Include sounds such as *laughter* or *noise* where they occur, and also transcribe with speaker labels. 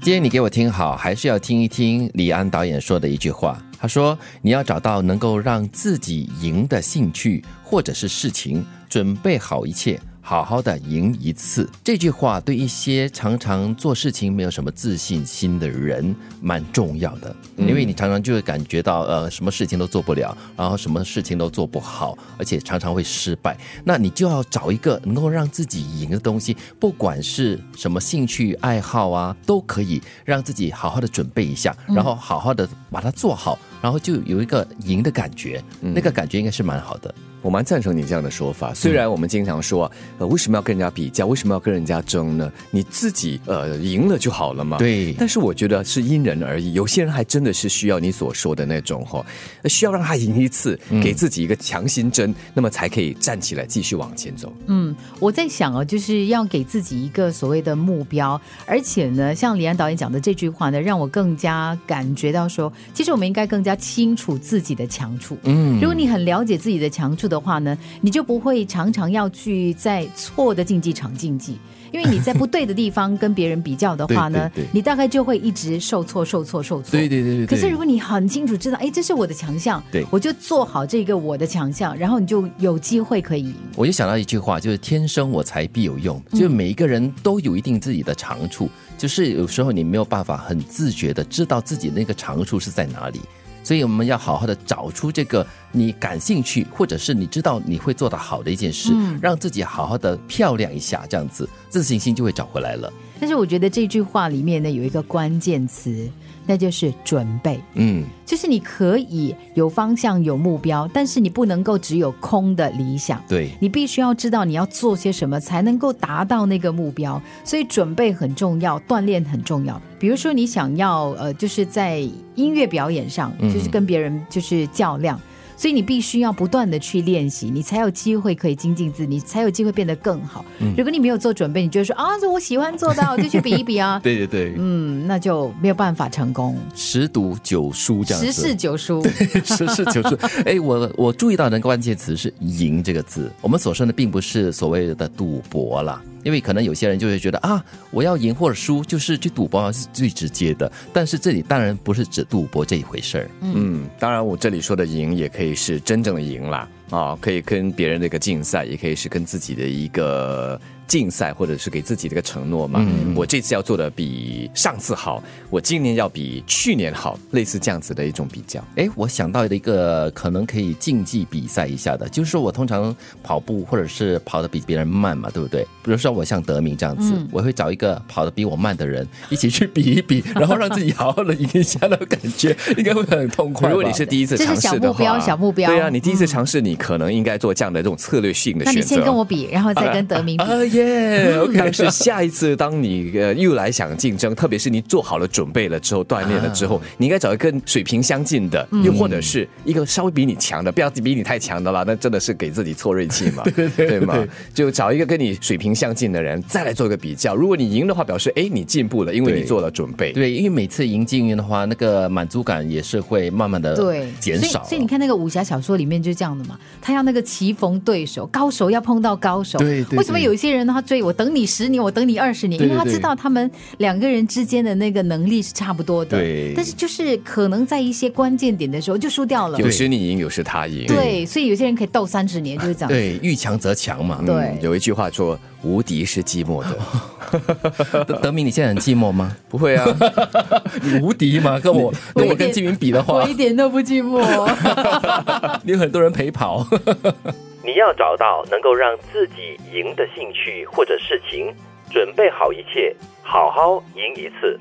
Speaker 1: 今天你给我听好，还是要听一听李安导演说的一句话。他说：“你要找到能够让自己赢的兴趣或者是事情，准备好一切，好好的赢一次。”这句话对一些常常做事情没有什么自信心的人蛮重要的，因为你常常就会感觉到呃什么事情都做不了，然后什么事情都做不好，而且常常会失败。那你就要找一个能够让自己赢的东西，不管是什么兴趣爱好啊，都可以让自己好好的准备一下，然后好好的把它做好，然后就有一个赢的感觉，那个感觉应该是蛮好的。
Speaker 2: 我蛮赞成你这样的说法。虽然我们经常说，呃，为什么要跟人家比较？为什么要跟人家争呢？你自己呃赢了就好了嘛。。
Speaker 1: 对，
Speaker 2: 但是我觉得是因人而异，有些人还真的是需要你所说的那种哈、哦，需要让他赢一次，
Speaker 1: 嗯
Speaker 2: 给自己一个强心针，那么才可以站起来继续往前走。
Speaker 3: 嗯，我在想哦，就是要给自己一个所谓的目标，而且呢，像李安导演讲的这句话呢，让我更加感觉到说，其实我们应该更加清楚自己的强处。嗯，如果你很了解自己的强处的话呢，你就不会常常要去在错的竞技场竞技。因为你在不对的地方跟别人比较的话呢，
Speaker 1: *laughs* 对对对
Speaker 3: 你大概就会一直受挫、受挫、受挫。
Speaker 1: 对对对对对
Speaker 3: 可是如果你很清楚知道，哎，这是我的强项，
Speaker 1: 对
Speaker 3: 我就做好这个我的强项，然后你就有机会可以赢。
Speaker 1: 我就想到一句话，就是“天生我材必有用”，就每一个人都有一定自己的长处，就是有时候你没有办法很自觉的知道自己那个长处是在哪里，所以我们要好好的找出这个你感兴趣，或者是你知道你会做得好的一件事，让自己好好的漂亮一下，这样子自信心就会找回来了。
Speaker 3: 但是我觉得这句话里面呢有一个关键词，那就是准备。
Speaker 1: 嗯，
Speaker 3: 就是你可以有方向、有目标，但是你不能够只有空的理想。
Speaker 1: 对。，
Speaker 3: 你必须要知道你要做些什么，才能够达到那个目标。所以准备很重要，锻炼很重要。比如说，你想要呃，就是在音乐表演上，就是跟别人就是较量。所以你必须要不断的去练习，你才有机会可以精进自己，你才有机会变得更好。如果你没有做准备，你就会说啊，这我喜欢做的啊，我就去比一比啊
Speaker 1: *laughs* 对对对，
Speaker 3: 嗯，那就没有办法成功，
Speaker 1: 十赌九输这样
Speaker 3: 十
Speaker 1: 子，
Speaker 3: 室九输。
Speaker 1: 实事求是。 *laughs* 哎，我我注意到的关键词是“赢”这个字。我们所说的并不是所谓的赌博啦，因为可能有些人就会觉得啊，我要赢或者输就是去赌博啊是最直接的。但是这里当然不是指赌博这一回事儿。
Speaker 2: 嗯，当然，我这里说的赢也可以是真正的赢啦，啊，可以跟别人的一个竞赛，也可以是跟自己的一个竞赛，或者是给自己的一个承诺嘛。我这次要做的比上次好，我今年要比去年好，类似这样子的一种比较。
Speaker 1: 哎，我想到的一个可能可以竞技比赛一下的，就是说我通常跑步或者是跑得比别人慢嘛，对不对？比如说我像德明这样子，我会找一个跑得比我慢的人一起去比一比，然后让自己好好的赢一下那个感觉，应该会很痛快吧。
Speaker 2: 如果你是第一次
Speaker 3: 这是
Speaker 2: 尝
Speaker 3: 小
Speaker 2: 试的
Speaker 3: 目标
Speaker 2: 话，
Speaker 3: 小目标嗯
Speaker 2: 对啊，你第一次尝试，你可能应该做这样的这种策略性的
Speaker 3: 那
Speaker 2: 选择。
Speaker 3: 你先跟我比，然后再跟德明比。
Speaker 1: 啊 *laughs* 耶，OK，
Speaker 2: 但是下一次，当你呃又来想竞争，特别是你做好了准备了之后，锻炼了之后，你应该找一个水平相近的，又或者是一个稍微比你强的，不要比你太强的啦，那真的是给自己挫锐气嘛， *laughs* 对吗？就找一个跟你水平相近的人，再来做一个比较。如果你赢的话，表示哎你进步了，因为你
Speaker 1: 对
Speaker 2: 做了准备。
Speaker 1: 对，因为每次赢金云的话，那个满足感也是会慢慢的
Speaker 3: 对，
Speaker 1: 减少
Speaker 3: 所以。所以你看那个武侠小说里面就是这样的嘛，他要那个棋逢对手，高手要碰到高手。
Speaker 1: 对对
Speaker 3: 为什么
Speaker 1: 对
Speaker 3: 有一些人呢他追我等你十年，我等你二十年，
Speaker 1: 对
Speaker 3: 因为他
Speaker 1: 对
Speaker 3: 知道他们两个人之间的那个能力是差不多的。
Speaker 1: 对
Speaker 3: 但是就是可能在一些关键点的时候就输掉了。
Speaker 2: 有时你赢，有时他赢。
Speaker 3: 对，所以有些人可以斗三十年，就是这样。
Speaker 1: 对，遇强则强嘛。
Speaker 3: 对
Speaker 2: 嗯有一句话说，无敌是寂寞 *laughs* 的。
Speaker 1: 德德明，你现在很寂寞吗？
Speaker 2: 不会啊，
Speaker 1: 你 *laughs* 无敌吗？跟我跟我跟金云比的
Speaker 3: 我
Speaker 1: 话
Speaker 3: 一，点都不寂寞。
Speaker 1: *laughs* 你有很多人陪跑。
Speaker 4: 你要找到能够让自己赢的兴趣或者事情，准备好一切，好好赢一次。